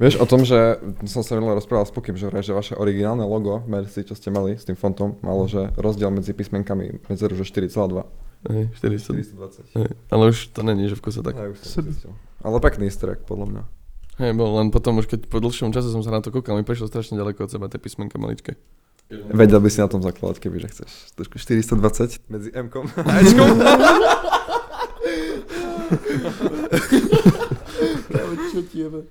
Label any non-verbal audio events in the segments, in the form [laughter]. Vieš o tom, že som sa veľa rozprával s Pukim, že vraj, že vaše originálne logo Merci, čo ste mali s tým fontom, malo, že rozdiel medzi písmenkami medzeru, že 4,2. Hej, 40. 420. Hej, ale už to není, že v kuse tak. Aj, už som zistil. Ale pekný easter egg, podľa mňa. Hej, bol len potom už keď po dlhšom čase som sa na to kúkal, mi prešlo strašne ďaleko od seba tie písmenka [laughs] maličké. Vedel by si na tom zakladať, keby že chceš. Trošku 420 medzi [laughs] M-kom a Ečkom. Práve čo tiebe.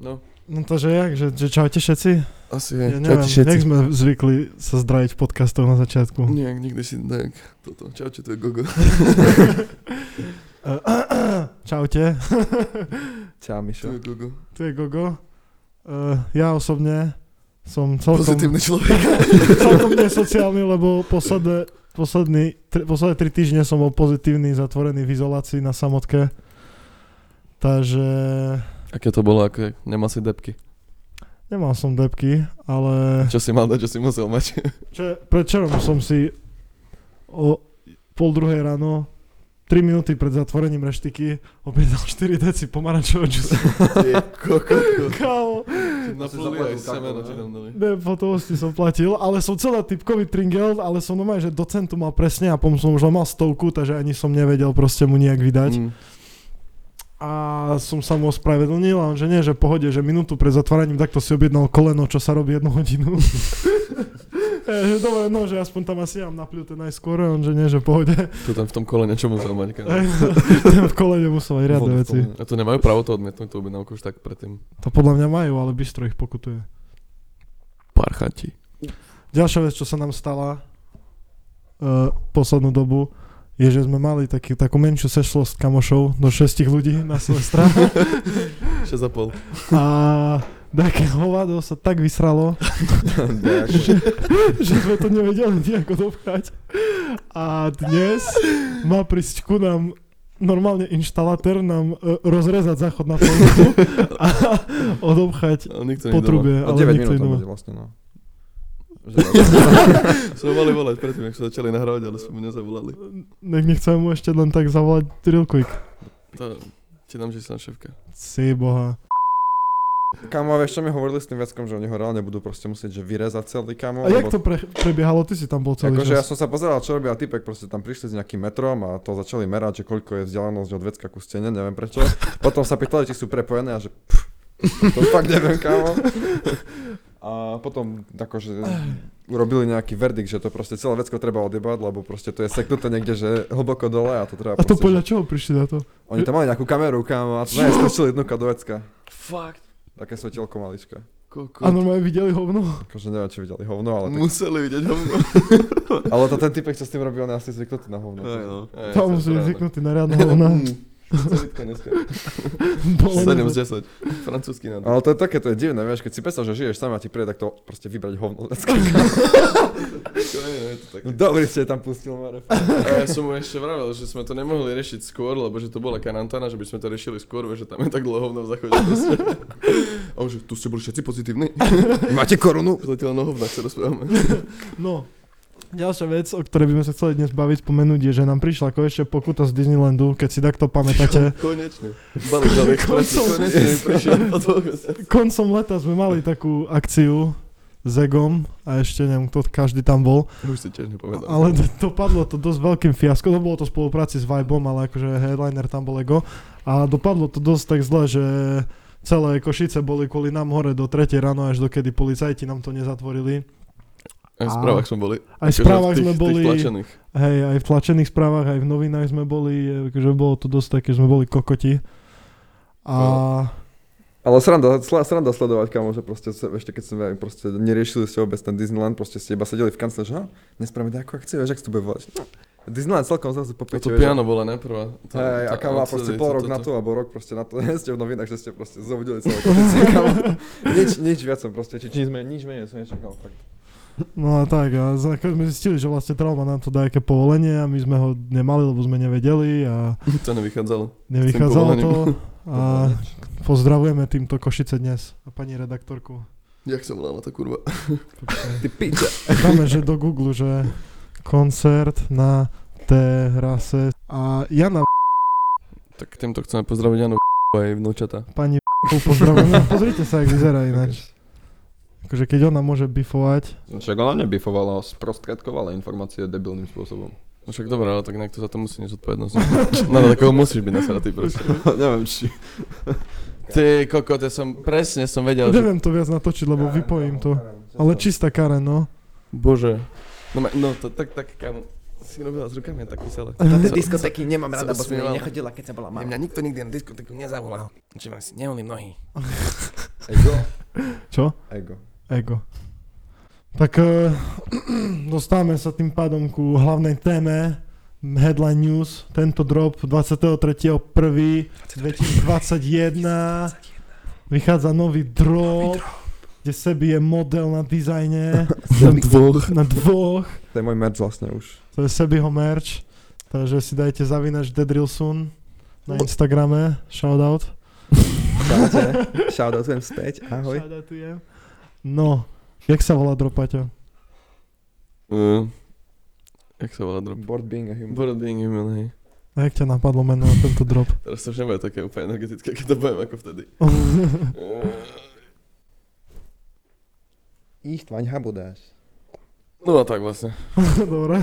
No, No to že jak, že, že čaute všetci? asi Ja hej. neviem, jak sme zvykli sa zdraviť v podcastoch na začiatku. Nejak nikdy si tak toto. Čau, čo to je gogo. Eh, [clears throat] Čaute, [laughs] Čau, Čo Mišo. je gogo? tu je Gogo. Uh, ja osobne som celkom, Pozitívny človek. [laughs] celkom nesociálny, lebo posledné, posledný, tri, posledné tri týždne som bol pozitívny, zatvorený v izolácii na samotke. Takže [laughs] Aké to bolo, ako nemal si depky. nemal som depky, ale Čo si mal dať, čo si musel [laughs] mať. Čo, predčerom som si o pol druhej ráno 3 minúty pred zatvorením reštiky objednal 4 deci pomarančového džusu. Ty kokoko. Kámo, Na si zaplatil poli aj semeno takú, ti ne? tam dali. ne, v hotovosti som platil, ale som celá typkový tringel, ale som normálne, že docentu mal presne a potom som už len mal stovku, takže ani som nevedel proste mu nejak vydať. Mm. A som sa mu ospravedlnil a on, že nie, že pohode, že minútu pred zatváraním takto si objednal koleno, čo sa robí jednu [laughs] hodinu. E, že dobre, no, že aspoň tam asi mám napľúte najskôr, a on, že nie, že [laughs] pohode. To tam v tom kole niečo musel mať. kámo. Aj, Ten v kolene musel aj riadne Vodu v veci. kolene. A to nemajú právo to odmietnúť, to objednávku už tak predtým. To podľa mňa majú, ale bystro ich pokutuje. Parchati. Ďalšia vec, čo sa nám stala uh, poslednú dobu, je, že sme mali taký, takú menšiu sešlosť kamošov do šestich ľudí na sestra 6,5. a také hovado sa tak [laughs] vysralo, [laughs] že sme to nevedeli nejako dopchať. A dnes má prísť ku nám normálne inštalatér nám e, rozrezať záchod na polnotu [laughs] a odobchať Ale nikto nie doma. potrubie, O ale 9 nikto minút tam iného. bude vlastne, no. Že- [laughs] Sme mali volať predtým, ak sa začali nahrávať, ale sme mu nezavolali. Nech nechcem mu ešte len tak zavolať real quick. To ti dám, že si na šéfka. Si boha. Kámo, a vieš, čo mi hovorili s tým veckom, že oni ho reálne budú proste musieť, že vyrezať celý kámo. A jak lebo- to pre, prebiehalo? Ty si tam bol celý Akože ja čas. som sa pozeral, čo robia typek, proste tam prišli s nejakým metrom a to začali merať, že koľko je vzdialenosť od vecka ku stene, neviem prečo. [laughs] Potom sa pýtali, či sú prepojené a že pff, to fakt neviem, kámo. A potom akože urobili nejaký verdikt, že to proste celé vecko treba odjebať, lebo proste to je seknuté niekde, že hlboko dole a to treba A to proste, podľa že... čoho prišli na to? Oni tam mali nejakú kameru, kámo, a to neskočili dnuka do vecka. Fakt. Také svetielko maličké. A Kokot. normálne videli hovno? Akože neviem, či videli hovno, ale, tak... [laughs] Museli vidieť hovno. ale to ten typek, čo s tým robil, on je asi zvyknutý na hovno. Aj, no. Aj, Tam sa museli správne. zvyknutý na riadne [laughs] hovna. Mm. Celitko dneska. Bolo 7 to- z 10. Francúzsky na Ale to je také, to je divné, vieš, keď si predstav, že žiješ sám a ti príde takto proste vybrať hovno. to. je, no, je to také. Dobrý ste tam pustil, Maref. A ja som mu ešte vravel, že sme to nemohli riešiť skôr, lebo že to bola karantána, že by sme to riešili skôr, vieš, že tam je tak dlho hovno v [laughs] záchode. proste. A už, že tu ste boli všetci pozitívni. Máte korunu? Zatiaľ o hovnách sa rozprávame. No. Ďalšia vec, o ktorej by sme sa chceli dnes baviť, spomenúť, je, že nám prišla konečne pokuta z Disneylandu, keď si takto pamätáte. [laughs] Konečne. Balík do Expressu. Koncom. Konečne mi prišiel po dvoch mesiacoch. [laughs] Koncom leta sme mali takú akciu s Egom a ešte neviem, kto každý tam bol. Už si tiež nepamätám. Ale d- dopadlo to dosť veľkým fiaskom, no bolo to v spolupráci s Vibom, ale akože headliner tam bol Ego. A dopadlo to dosť tak zle, že celé Košice boli kvôli nám hore do 3 ráno, až dokedy policajti nám to nezatvorili. Aj v správach sme boli. Aj v Akože správach v tých- sme v tých boli, tlačených. hej, aj v tlačených správach, aj v novinách sme boli, akože bolo to dosť také, že sme boli kokoti. A Ale sranda, sla- sranda sledovať, kamo, že proste sa- ešte keď sme proste neriešili ste vôbec ten Disneyland, proste ste iba sedeli v kancele, že no, nespravíme nejakú akciu, vieš, ak to bude volať. No, Disneyland celkom zrazu A popíte, to piano bola najprv. Hej, a kamo, a proste pol rok na to, alebo rok proste na to, ste v novinách, že ste proste zobudili celú pozíciu, kamo. Nič, nič viac som proste, či, či sme, nič menej som nečakal, fakt. no a tak, a z- ako sme zistili, že vlastne trauma nám to dá aké povolenie a my sme ho nemali, lebo sme nevedeli a [laughs] To nevychádzalo. nevychádzalo to. povolením. A Pozdravujeme týmto Košice dnes a pani redaktorku. Jak sa volala tá [laughs] kurva? Ty piče. Dáme, že do Google, že koncert na terase. A Jana, Tak týmto chceme pozdraviť Janu aj vnúčata. pani [laughs] Čechov pozdravujeme. [laughs] Pozrite sa, jak vyzerá ináč. Akože keď ona môže bifovať, Však ona nebifovala, sprostredkovala informácie debilným [laughs] spôsobom. No Však dobré, ale tak niekto za to musí nezodpovednosť. no, no takého musíš byť nasratý proste. Neviem, či... Ty koko, ja som presne som vedel, že... neviem to viac natočiť, lebo vypojím no, to. Ale čistá Karen, no. Bože. No, ma- no to, tak, tak, kam... Si robila s rukami a tak písala. Do Co- diskotéky nemám rada, bo som jej Zasmievala. nechodila, keď som Ja bola malá. mňa nikto nikdy na diskotéku nezavolal. Že mám si neumím nohy. Ego. [laughs] Čo? Ego. Ego. Tak eh, [clears throat] dostávame sa tým pádom ku hlavnej téme Headline News. Tento drop 23.1.2021 vychádza nový drop, kde sebi je model na [laughs] dizajne dvoch. na dvoch. To je môj merch vlastne už. To je Sebiho merch. Takže si dajte zavinač Dead Real Soon na Instagrame. Shoutout. [laughs] Čaute. Shoutoutujem späť. Ahoj. Shoutoutujem. No, jak sa volá drop, Paťo? Uh, jak sa volá drop? Board being a human. Board being human, hej. A jak ťa napadlo meno na tento drop? Teraz to už nebude také úplne energetické, keď to poviem ako vtedy. Ich tvaň habudáš. No a tak vlastne. Dobre.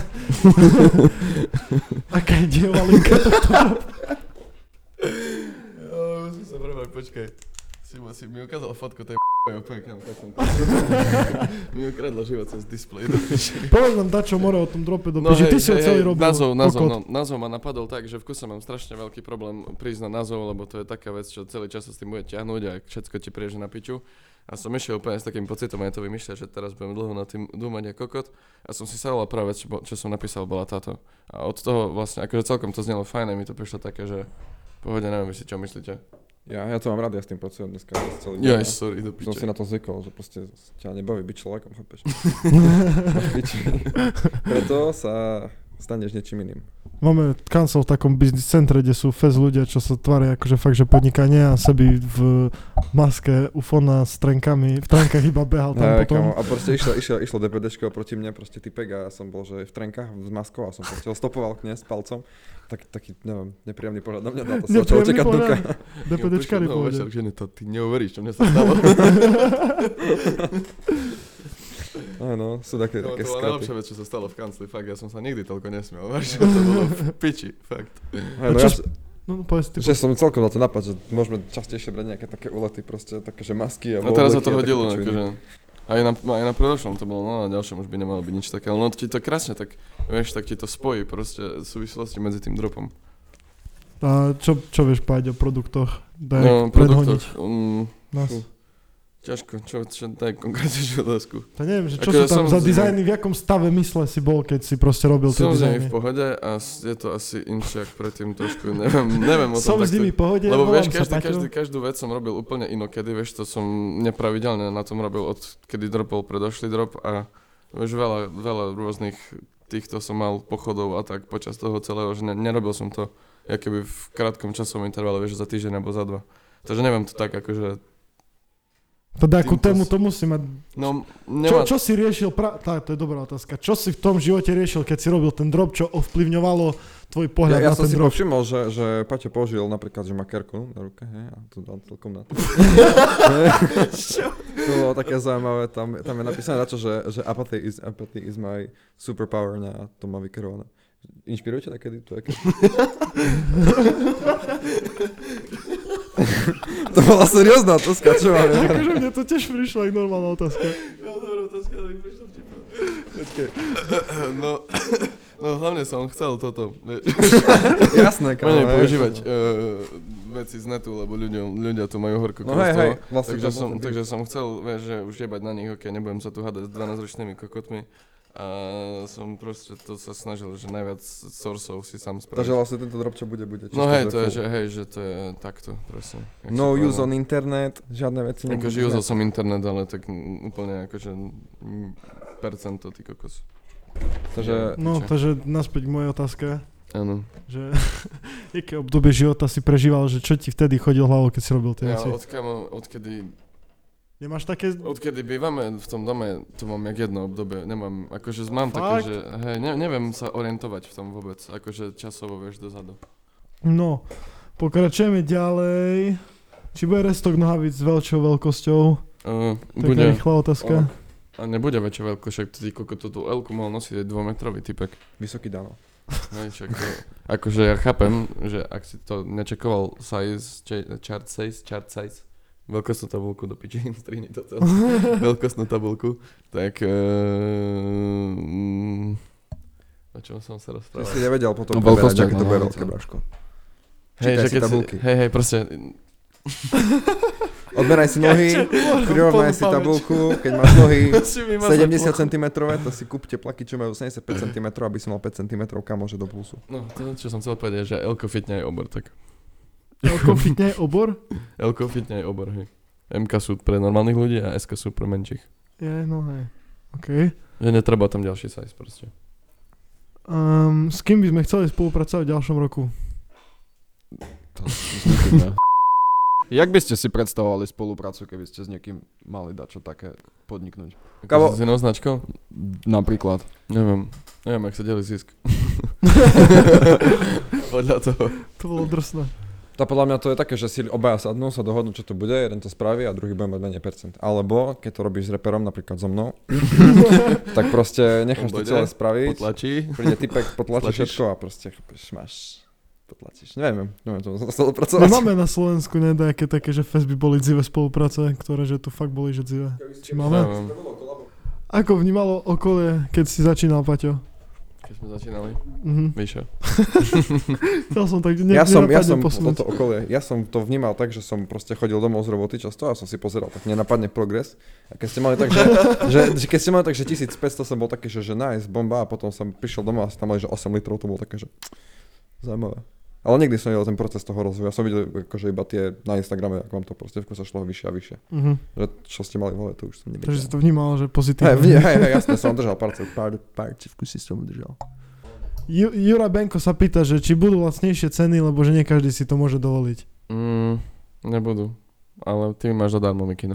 [laughs] Aká je dieva linka? Jo, som sa prvá, počkaj. Si, ma- si mi ukázal fotku tej úplne kam, tak [laughs] som to... mi ukradla život cez [laughs] display. do piči. Povedz nám dačo more o tom drope No do piči. Ty si ho celý robil. názov, názov, kokot. no, názov ma napadol tak, že v kuse mám strašne veľký problém prísť na názov, lebo to je taká vec, čo celý čas sa s tým bude ťahnuť a všetko ti prieže na piču. A som išiel úplne s takým pocitom, a ja to vymýšľať, že teraz budem dlho nad tým dúmať a kokot. A som si sadol a prvá vec, čo, bo- čo som napísal, bola táto. A od toho vlastne, akože celkom to znelo fajn, a mi to prišlo také, že pohode, neviem, vy si čo myslíte. Ja, ja to mám rád, ja s tým pracujem dneska. Celý Ja, deň. sorry, do Som si piče. na to zvykol, že proste ťa nebaví byť človekom, [laughs] chápeš? Piči. Preto sa staneš niečím iným. [laughs] Máme kancel v takom business centre, kde sú fez ľudia, čo sa tvária akože fakt, že podnikanie a sebi v maske ufona s trenkami, v trenkách iba behal tam Hej, potom. kamo, a proste išlo, išlo, išlo DPDčko proti mne, proste typek a ja som bol, že v trenkách s maskou a som proste ho stopoval k s palcom. Tak, taký, neviem, nepríjemný pohľad na mňa dal, to sa začalo Nepríjemný čekať pohľad. nuka. DPDčkari Ja prišiel domov povedia. večer k žene, to ty neuveríš, čo mne sa stalo. Áno, sú také, No, také to bola skraty. najlepšia vec, čo sa stalo v kancli, fakt, ja som sa nikdy toľko [laughs] nesmiel, No. vážne, to bolo v piči, fakt. Hej, no čo ja, s- No, no povedz ty. že som celkom na to napad, že môžeme častejšie brať nejaké také ulety, proste také, že masky a A teraz obleky sa to a hodilo, takéto čudiny. akože. Aj na, aj na predošlom to bolo, no na ďalšom už by nemalo byť nič také, ale no ti to krásne tak, vieš, tak ti to spojí proste súvislosti medzi tým dropom. A čo, čo vieš povedať o produktoch? Daj No, no, predhoniť um, nás. Fú. ťažko, čo, čo daj konkrétnejšiu otázku. To neviem, že čo Akože sú tam som- za dizajny, v jakom stave mysle si bol, keď si proste robil tie Som s nimi dizajny? v pohode a s- je to asi inšak predtým trošku, neviem, neviem o tom Som s takto- nimi v pohode, No, Lebo volám vieš, sa každý, Paťo. každý, každú vec som robil úplne inokedy, vieš, to som nepravidelne na tom robil od kedy dropol predošlý drop a vieš, veľa, veľa rôznych týchto som mal pochodov a tak počas toho celého, že ne, nerobil som to ja keby v krátkom časovom intervale, vieš, za týždeň alebo za dva. Takže neviem to tak, akože... Teda ku Týmto tému s- to musí mať. No, Čo, nemá... čo si riešil, pra... tá, to je dobrá otázka, čo si v tom živote riešil, keď si robil ten drop, čo ovplyvňovalo tvoj pohľad Ja, ja na som si ten drop? povšimol, že, že Paťo použil napríklad, že má kerku na ruke, hej, a to dal celkom [laughs] na to. to bolo také zaujímavé, tam, tam je napísané na to, že, že apathy, is, apathy is my superpower, ne, a to má vykerované. Inšpirujete takedy to? [laughs] aké- to bola seriózna otázka, čo mám ja. [laughs] Akože mne to tiež prišla aj normálna otázka. No, no hlavne som chcel toto. Jasné, kámo. Menej hej. používať uh, veci z netu, lebo ľudia, ľudia tu majú horko No krv z hej, hej, toho. vlastne takže, to som, vlastne- takže som chcel, vieš, že už jebať na nich, ok, nebudem sa tu hádať s 12-ročnými kokotmi. A som proste to sa snažil, že najviac sourceov si sám Takže spraviť. vlastne tento drop, čo bude, bude čisto No hej, že to je, full. že, hej, že to je takto, presne. jak No si use povedal. on internet, žiadne veci Akože nebudú- usal som internet, ale tak mm, úplne akože mm, percento, ty kokos. Takže No, Čo? takže naspäť k mojej otázke, Áno. že [laughs] aké obdobie života si prežíval, že čo ti vtedy chodil hlavou, keď si robil tie Ja veci? odkamo, odkedy Nemáš také... Odkedy bývame v tom dome, to mám jak jedno obdobie, nemám, akože mám Fakt? také, že hej, ne, neviem sa orientovať v tom vôbec, akože časovo vieš dozadu. No, pokračujeme ďalej. Či bude restok nohavíc s veľčou veľkosťou? Uh, Taká bude. rýchla otázka. Ok. A nebude väčšia veľko, však ty koľko to tú L-ku mal nosiť, je dvometrový typek. Vysoký Dano. Hej, však to, akože ja chápem, že ak si to nečakoval size, če, chart size, chart size, veľkostnú tabulku do piči, [laughs] strihni to celé, veľkostnú tabulku, tak... eh, Uh, o čom som Ty sa rozprával? si nevedel potom No, preberať, veľkosť, aké to no, bude no, veľké to- bráško. Hej, čítaj že si keď tabulky. hej, hej, proste, Odmeraj si [laughs] [laughs] nohy, prirovnaj si Pamäť. [laughs] tabulku, keď máš nohy si mi 70 cm, to si kúpte plaky, čo majú 75 cm, aby som mal 5 cm kamože do plusu. No, to, čo som chcel povedať, že Elko fitne aj obor, tak. Ako fitne obor? Elko fitne aj obor, hej. MK sú pre normálnych ľudí a SK sú pre menších. Je, no hej. OK. Že netreba tam ďalší size proste. Um, s kým by sme chceli spolupracovať v ďalšom roku? To s nikým ne. [laughs] Jak by ste si predstavovali spoluprácu, keby ste s niekým mali dačo také podniknúť? Kámo- Ako S inou značkou? Napríklad. Neviem. Neviem, ak sa delí [laughs] zisk. Podľa toho. To bolo drsné. To podľa mňa to je také, že si obaja sadnú, sa dohodnú, čo to bude, jeden to spraví a druhý bude mať menej percent. Alebo keď to robíš s reperom, napríklad so mnou, [laughs] tak proste necháš to On dojde, celé spraviť, Potlačí. príde typek, potlačí Potlačíš. všetko a proste chápeš, máš, potlačíš. Neviem, neviem, to som chcel My pracovať. máme na Slovensku nejaké také, že fest by boli dzivé spolupráce, ktoré že tu fakt boli, že dzivé. Či máme? Neviem, Ako vnímalo okolie, keď si začínal, Paťo? keď sme začínali. Mhm. Vyššia. Chcel som tak ne, ja som, ja nenapadne som posunúť. toto okolie, ja som to vnímal tak, že som proste chodil domov z roboty často a som si pozeral, tak nenapadne progres. A keď ste mali tak, že, že, že keď ste mali tak, že 1500 som bol taký, že, že nice, bomba a potom som prišiel domov a tam mali, že 8 litrov, to bolo také, že zaujímavé. Ale nikdy som nevidel ten proces toho rozvoja, som videl akože iba tie na Instagrame, ako vám to proste vkusa šlo vyššie a vyššie. Mhm. Že čo ste mali v hlave, to už som nevidel. Takže si to vnímal, že pozitívne. Hej, [laughs] v- hej, hej, jasne, som držal palce, pár, pár vkusy som držal. Ju, Jura Benko sa pýta, že či budú lacnejšie ceny, lebo že nie každý si to môže dovoliť. Mm, nebudú. Ale ty mi máš zadarmo mikino.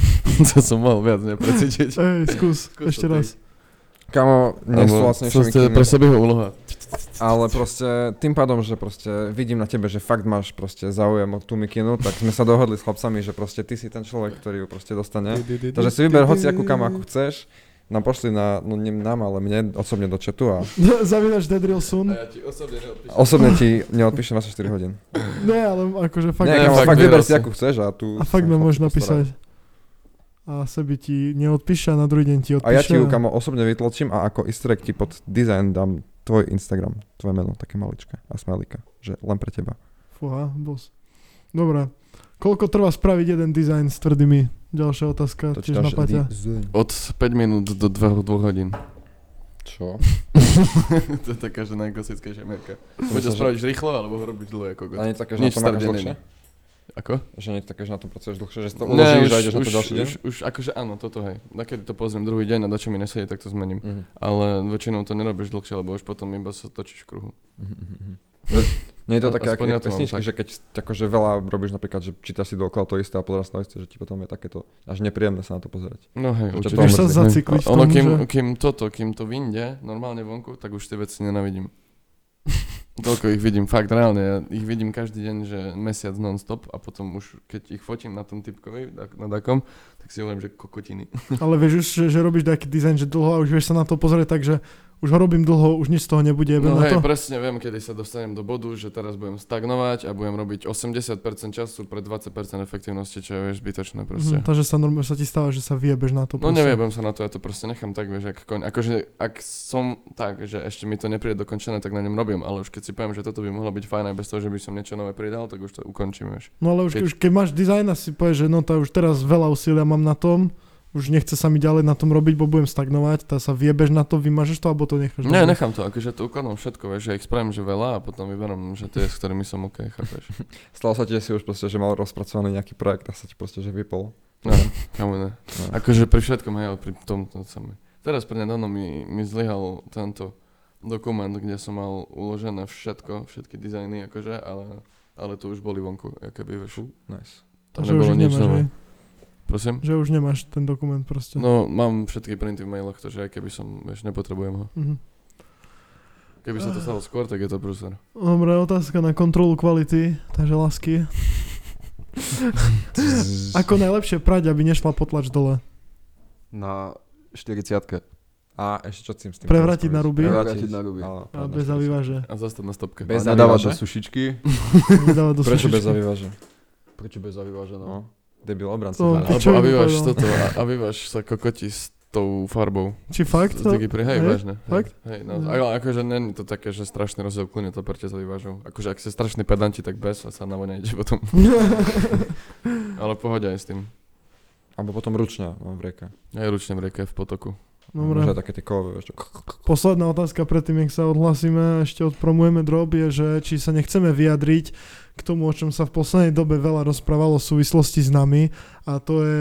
[laughs] to som mal viac neprecítiť. Ej, skús, [laughs] Skús to ešte ty. raz. [laughs] Kamo, nie sú Alebo- vlastnejšie to je mikiny. pre sebého úloha. Ale proste tým pádom, že proste vidím na tebe, že fakt máš proste záujem o tú mikinu, tak sme sa dohodli s chlapcami, že proste ty si ten človek, ktorý ju proste dostane. Takže si vyber hociakú kam ako chceš. Nám pošli na, no nie nám, ale mne osobne do chatu a Zavínaš Dead Real Soon? ja ti osobne neodpíšem. osobne ti neodpíšem 24 hodín. Ne, ale akože fakt... Nie, Ne, kamo, fakt fakt vyber vyberal si si. akú chceš a tu... A fakt sa chlapci nám môžeš postarajú. napísať. A sebe ti neodpíše a na druhý deň ti A odpíše. ja ti ju kamo osobne vytločím a ako easter egg ti pod design dám tvoj Instagram, tvoje meno, také maličké a smajlika, že len pre teba. Fúha, bos. Dobre. Koľko trvá spraviť jeden dizajn s tvrdými? Ďalšia otázka, tiež na dáš Paťa. design. Od 5 minút do 2, 2 hodín. [laughs] Čo? to je taká, že najklasickejšia merka. Buď to Myslíš, že- spravíš rýchlo, alebo ho robíš dlho ako A nie také, že na Nič tom makáš starde dlhšie? není. Ako? Že nie je také, že na tom pracuješ dlhšie, že si to No, uložíš a ideš na to ďalší deň? už, už, akože áno, toto hej. Nakedy to pozriem druhý deň a dačo mi nesedí, tak to zmením. Mhm. Ale väčšinou to nerobíš dlhšie, lebo už potom iba sa točíš v kruhu. Nie je to A- také, ako Mhm. aspoň ja to mám pesničky, tak. že keď akože veľa robíš napríklad, že čítaš si dookola to isté a pozeráš na isté, že ti potom je takéto až nepríjemné sa na to pozerať. No To čo hej, určite. to Vieš sa Dobre, zacikliť v A- tom, Ono, kým, že... kým toto, kým to vyjde normálne vonku, tak už tie veci [laughs] nenavidím. Toľko ich vidím, fakt reálne. Ja ich vidím každý deň, že mesiac non-stop a potom už, keď ich fotím na tom typkovi, tak- na dakom, tak si hovorím, že kokotiny. Ale vieš už, že, že robíš nejaký dizajn, že dlho a už vieš sa na to pozrieť, takže už ho robím dlho, už nič z toho nebude, jebem No na hej, to. presne viem, kedy sa dostanem do bodu, že teraz budem stagnovať a budem robiť 80% času pre 20% efektivnosti, čo je vieš, zbytočné proste. Mhm, takže sa normálne sa ti stáva, že sa vyjebeš na to. No proste. neviebem sa na to, ja to proste nechám tak, vieš, ak koň. Akože, ak som tak, že ešte mi to nepríde dokončené, tak na ňom robím, ale už keď si poviem, že toto by mohlo byť fajn aj bez toho, že by som niečo nové pridal, tak už to ukončím, vieš. No ale už, Keď- už keď máš dizajn a si povieš, že no to už teraz veľa úsilia mám na tom, už nechce sa mi ďalej na tom robiť, bo budem stagnovať, tá sa viebeš na to, vymažeš to, alebo to necháš. Ne, dole? nechám to, akože to ukladám všetko, vieš, že ich spravím, že veľa a potom vyberám, že tie, s ktorými som OK, chápeš. Stalo sa ti, že si už proste, že mal rozpracovaný nejaký projekt a sa ti proste, že vypol. No, kamu ne. Akože pri všetkom, hej, ale pri tom to samé. Teraz pre nedávno mi, mi zlyhal tento dokument, kde som mal uložené všetko, všetky dizajny, akože, ale, ale to už boli vonku, keby, vieš. Nice. Tam že nebolo už ich nič nemáš, nové. hej? Prosím? že už nemáš ten dokument proste. No, mám všetky printy v mailoch, takže aj keby som, vieš, nepotrebujem ho. Mhm. Keby sa to Ah. stalo skôr, tak je to prúser. Dobre, otázka na kontrolu kvality, takže lásky. Ako najlepšie prať, aby nešla potlač dole. Na 40 A ešte čo tým s tým? Prevratiť na ruby. Prevrátiť na ruby. Áno, A áno, bez presne. zavývaže. A zastať na stopke. Bez A nedávať zavývaže? do sušičky. Nedávať do Prečo bez sušičky. zavývaže? Prečo bez zavývaže, no? No. Debil obranca. To- No. A čo Alebo by avývaš povedal? toto, a- avývaš sa kokoti s tou farbou. Či fakt? Z Digi Pri, hej, Hej, vážne. hej, fakt? Hej, no, Mhm. ale akože není to také, že strašný rozdiel kľudne to prete za vyvážou. Akože ak ste strašní pedanti, tak bez a sa na voňa ide [laughs] potom. ale pohode aj s tým. Alebo potom ručná, no, v rieka. Aj ručne v rieke, v potoku. Dobre. Možno aj také tie kovové, vieš, čo. Posledná otázka predtým, nech sa odhlasíme, ešte odpromujeme drob, je, že či sa nechceme vyjadriť k tomu, o čom sa v poslednej dobe veľa rozprávalo v súvislosti s nami a to je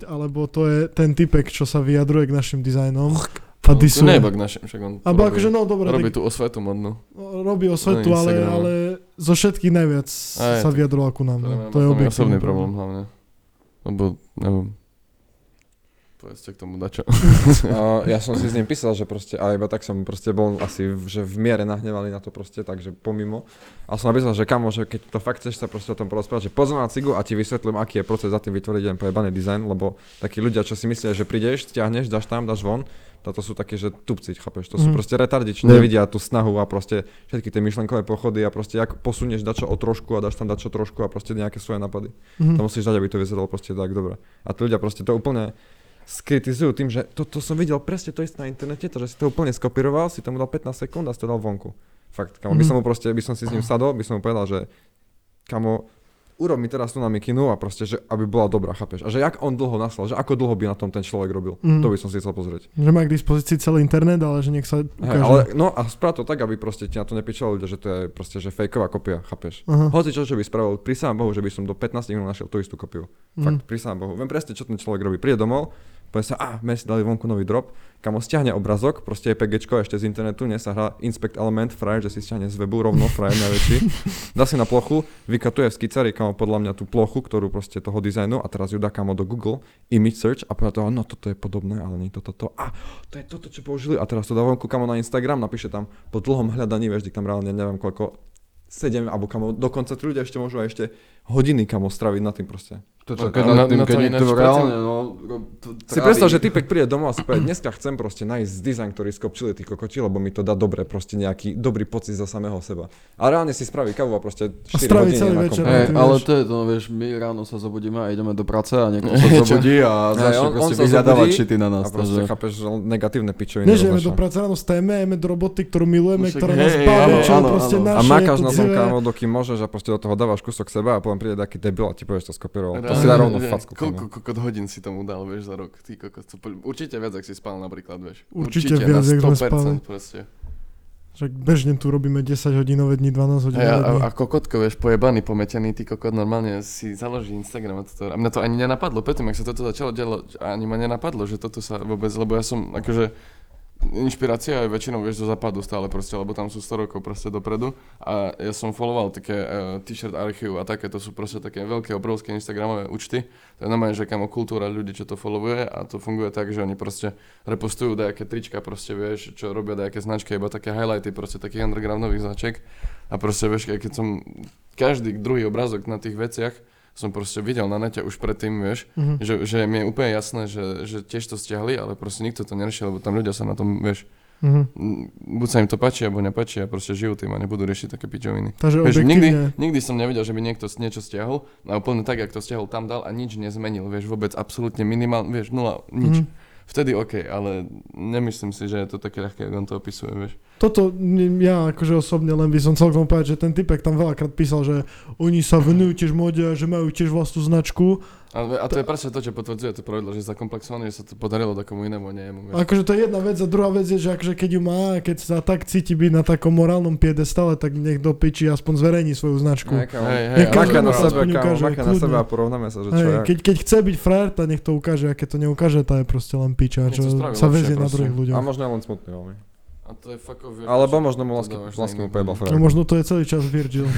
alebo to je ten typek, čo sa vyjadruje k našim dizajnom a to nie je iba disuje. k našim, však on Abo robí, akože, no dobre, robí robí, tak, tú osvetu modnú. robí osvetu, Na ale, Instagramu. ale zo všetkých najviac Aj, sa tak- vyjadroval ku To, nám. no. nemám, To je objektívny osobný problém hlavne. Lebo, neviem. Povedzte k tomu dačo. A ja som si s ním písal, že proste, a iba tak som proste bol asi, v- že v miere nahnevaný na to proste, takže pomimo. A som napísal, že kamo, že keď to fakt chceš sa proste o tom porozprávať, že poznám na cigu a ti vysvetlím, aký je proces za tým vytvoriť jeden pojebaný dizajn, lebo takí ľudia, čo si myslia, že prídeš, stiahneš, dáš tam, dáš von, táto sú takí, že tupci, chápeš, to sú Mhm. proste retardi, čo Ne. nevidia tú snahu a proste všetky tie myšlenkové pochody a proste jak posunieš dačo o trošku a dáš tam dačo trošku a proste nejaké svoje napady. Mhm. To musíš dať, aby to vyzeralo proste tak dobre. A tí ľudia proste to úplne skritizujú tým, že toto som videl presne to isté na internete, to, že si to úplne skopíroval, si tomu dal 15 sekúnd a si to dal vonku. Fakt, kamo, by Mhm. som mu proste, by som si s ním sadol, by som mu povedal, že kamo, urob mi teraz tú na mikinu a proste, že aby bola dobrá, chápeš? A že jak on dlho naslal, že ako dlho by na tom ten človek robil, Mhm. to by som si chcel pozrieť. Že má k dispozícii celý internet, ale že nech sa Hej, ukáže. ale, no a sprav to tak, aby proste ti na to nepičali ľudia, že to je proste, že fejková kopia, chápeš? Aha. Hoci čo, čo by spravil, prisám Bohu, že by som do 15 minút našiel tú istú kopiu. Fakt, Mhm. prisám Bohu. Viem presne, čo ten človek robí. Príde domov, povie sa, a, my si dali vonku nový drop, kamo stiahne obrazok, proste EPG ešte z internetu, dnes sa hrá Inspect Element, frajer, že si stiahne z webu rovno, frajer najväčší, dá si na plochu, vykatuje v skicari, kamo podľa mňa tú plochu, ktorú proste toho dizajnu a teraz ju dá kamo do Google, image search a podľa toho, no toto je podobné, ale nie toto, to, a to je toto, čo použili a teraz to dá vonku kamo na Instagram, napíše tam po dlhom hľadaní, vieš, tam reálne neviem koľko, 7 alebo kamo, dokonca tí ľudia ešte môžu aj ešte hodiny kamo straviť na tým proste. To No, čaká na- na tým, na to keď ináč niekto pracem- reálne, no... rob- to Si trávi. predstav, že typek príde domov a si povie, dneska chcem proste nájsť dizajn, ktorý skopčili tí kokoti, lebo mi to dá dobre, proste nejaký dobrý pocit za samého seba. A reálne si spraví kavu a proste 4 straví hodiny celý na večer. kompe. Hej, Ty ale vieš. to je to, vieš, my ráno sa zobudíme a ideme do práce a [laughs] niekto sa zobudí a Hej, začne on- on proste sa vyhľadávať zobudí šity na A nás. proste takže- chápeš, že negatívne pičoviny Nie, že ideme do roznáša. práce ráno stajeme, ideme do roboty, ktorú milujeme, Však ktorá hej, nás hej, baví, áno, čo je áno, proste áno. a naše. makáš je to na tom cíle. kámo, dokým môžeš a proste do toho dávaš kúsok seba a potom príde taký debil a ti povieš, to skopíroval. To si dá rovno Reálne, že facku. Koľko kamo. kokot hodín si tomu dal, vieš, za rok? Ty kokot, to, po- určite viac, ak si spal napríklad, vieš. Určite na viac, ak sme 100% proste. Že bežne tu robíme 10 hodinové dni, Hej, 12 hodinové a, dni. a, a kokotko, vieš, pojebaný, pometený, ty kokot normálne si založí Instagram a toto. A mňa to ani nenapadlo, predtým, ak sa toto začalo delo, ani ma nenapadlo, že toto sa vôbec, lebo ja som, akože, inšpirácia je väčšinou, vieš, zo západu stále proste, lebo tam sú 100 rokov proste dopredu a ja som followoval také uh, t-shirt archív a také, to sú proste také veľké, obrovské Instagramové účty. To je normálne, že kamo kultúra ľudí, čo to followuje a to funguje tak, že oni proste repostujú nejaké trička, proste vieš, čo robia nejaké značky, iba také highlighty proste takých undergroundových značiek a proste vieš, aj keď som každý druhý obrázok na tých veciach som proste videl na nete už predtým, vieš, Mhm. že, že mi je úplne jasné, že, že tiež to stiahli, ale proste nikto to neriešil, lebo tam ľudia sa na tom, vieš, Mhm. m, buď sa im to páči, alebo nepáči a proste žijú tým a nebudú riešiť také pičoviny. Takže Vieš, objektívne. nikdy, nikdy som nevidel, že by niekto s- niečo stiahol a úplne tak, jak to stiahol, tam dal a nič nezmenil, vieš, vôbec absolútne minimálne, vieš, nula, nič. Mhm. Vtedy OK, ale nemyslím si, že je to také ľahké, ako on to opisuje, vieš. Toto m, ja akože osobne len by som celkom povedať, že ten typek tam veľakrát písal, že oni sa venujú tiež mode a že majú tiež vlastnú značku. A, a to je presne to, čo potvrdzuje to pravidlo, že zakomplexovaný, že sa to podarilo takomu inému, a nie jemu, vieš. A akože to je jedna vec a druhá vec je, že akože keď ju má, keď sa tak cíti byť na takom morálnom piedestale, tak nech do piči aspoň zverejní svoju značku. Hej, kamo. Hej, hej, Ja každý Maká ale- na raz sebe, aspoň kamo, ukáže, maká na kľudne. sebe a porovnáme sa, že čo Hej, ja. keď, keď chce byť frajer, tak nech to ukáže a keď to neukáže, tak je proste len piča, Nech čo to spraví sa lepšie väzie na proste. druhých ľuďoch. A možno je len smutný veľmi. A to je fakt vieš, Alebo možno mu to lásky dávaš na lásky mu inú pojebal [laughs] vlnu. frajer. No možno to je celý čas Virgil.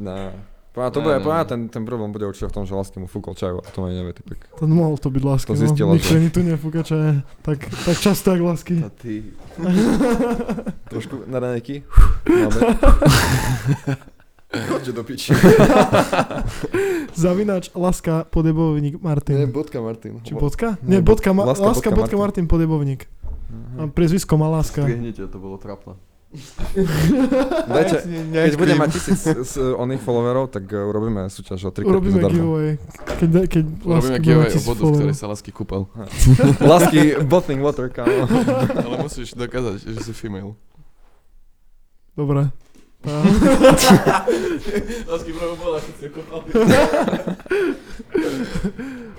Ne. Podľa to Ne, bude, ne, podľa ne. ten, ten problém bude určite v tom, že lásky mu fúkol čaju a to ani nevie typek. To mohol to byť lásky, To zistila, no. že- Nikto iný tu nefúka čaje. Tak, tak často, jak lásky. A [laughs] ty... Trošku na ranejky. Máme. Chodte do piči. Zavinač, laska, Nie, podebovník, Martin. bodka Martin. Či bodka? nie, Nie, bodka, ma, Laska, laska, laska, bodka, Hm. bodka, Martin, podebovník. Mhm. A prezvisko má láska. Strihnite, to bolo trapné. Dajte, keď Keď budem mať tisíc s, oných followerov, tak eh, urobíme súťaž o trikotky Urobíme zadarmo. giveaway. Keď, da- keď Robíme láska giveaway bude o bodu, mať v followerov. ktorej sa lásky [laughs] kúpal. Lásky, bottling water, kámo. [laughs] Ale musíš dokázať, že si female. Dobre. Tá. [laughs] Lásky prvom bola, keď si ho kúpal.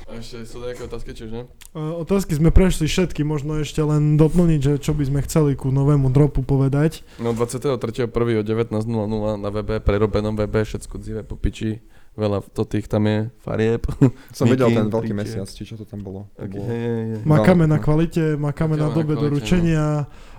A ešte sú nejaké otázky, či už ne? E, Otázky sme prešli všetky, možno ešte len doplniť, že čo by sme chceli ku novému dropu povedať. No 23.1. o 19.00 na webe, prerobenom webe, všetko dzive po piči. Veľa to tých tam je, farieb. Som videl ten Mikin, veľký triček. mesiac, či čo to tam bolo. To Okay, bolo- hej, hej, hej. Makáme na kvalite, no. makáme na Makáme na dobe kvalite, doručenia,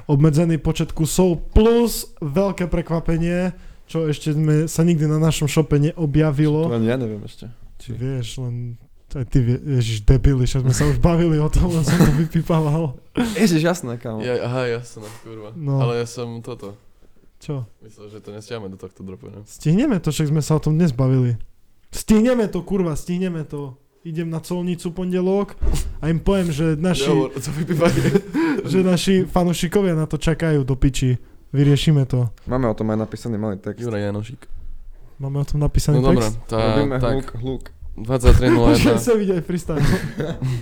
obmedzený počet kusov, plus veľké prekvapenie, čo ešte sme, sa nikdy na našom shope To neobjavilo. ani ja neviem [laughs] ešte. Ty vieš, len aj ty vie, ježiš, debili, že sme sa už bavili o tom, len som to vypípával. Ježiš, jasné, kámo. Ja, aha, jasné, kurva. No. Ale ja som toto. Čo? Myslel, že to nestiahme do tohto dropu, no. ne? Stihneme to, však sme sa o tom dnes bavili. Stihneme to, kurva, stihneme to. Idem na colnicu pondelok a im poviem, že naši, Hovor, to vypívanie. [laughs] že naši fanušikovia na to čakajú do piči. Vyriešime to. Máme o tom aj napísaný malý text. Juraj Janošik. Máme o tom napísaný No dobré, text. tá, Robíme hluk, tak, hluk. [laughs] [laughs] 23.01. Môžem sa vidieť aj freestyle.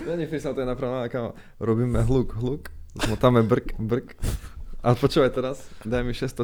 Není freestyle, to je napravená, kámo. Robíme hluk, hluk. Zmotáme brk, brk. A počúvaj teraz, daj mi 600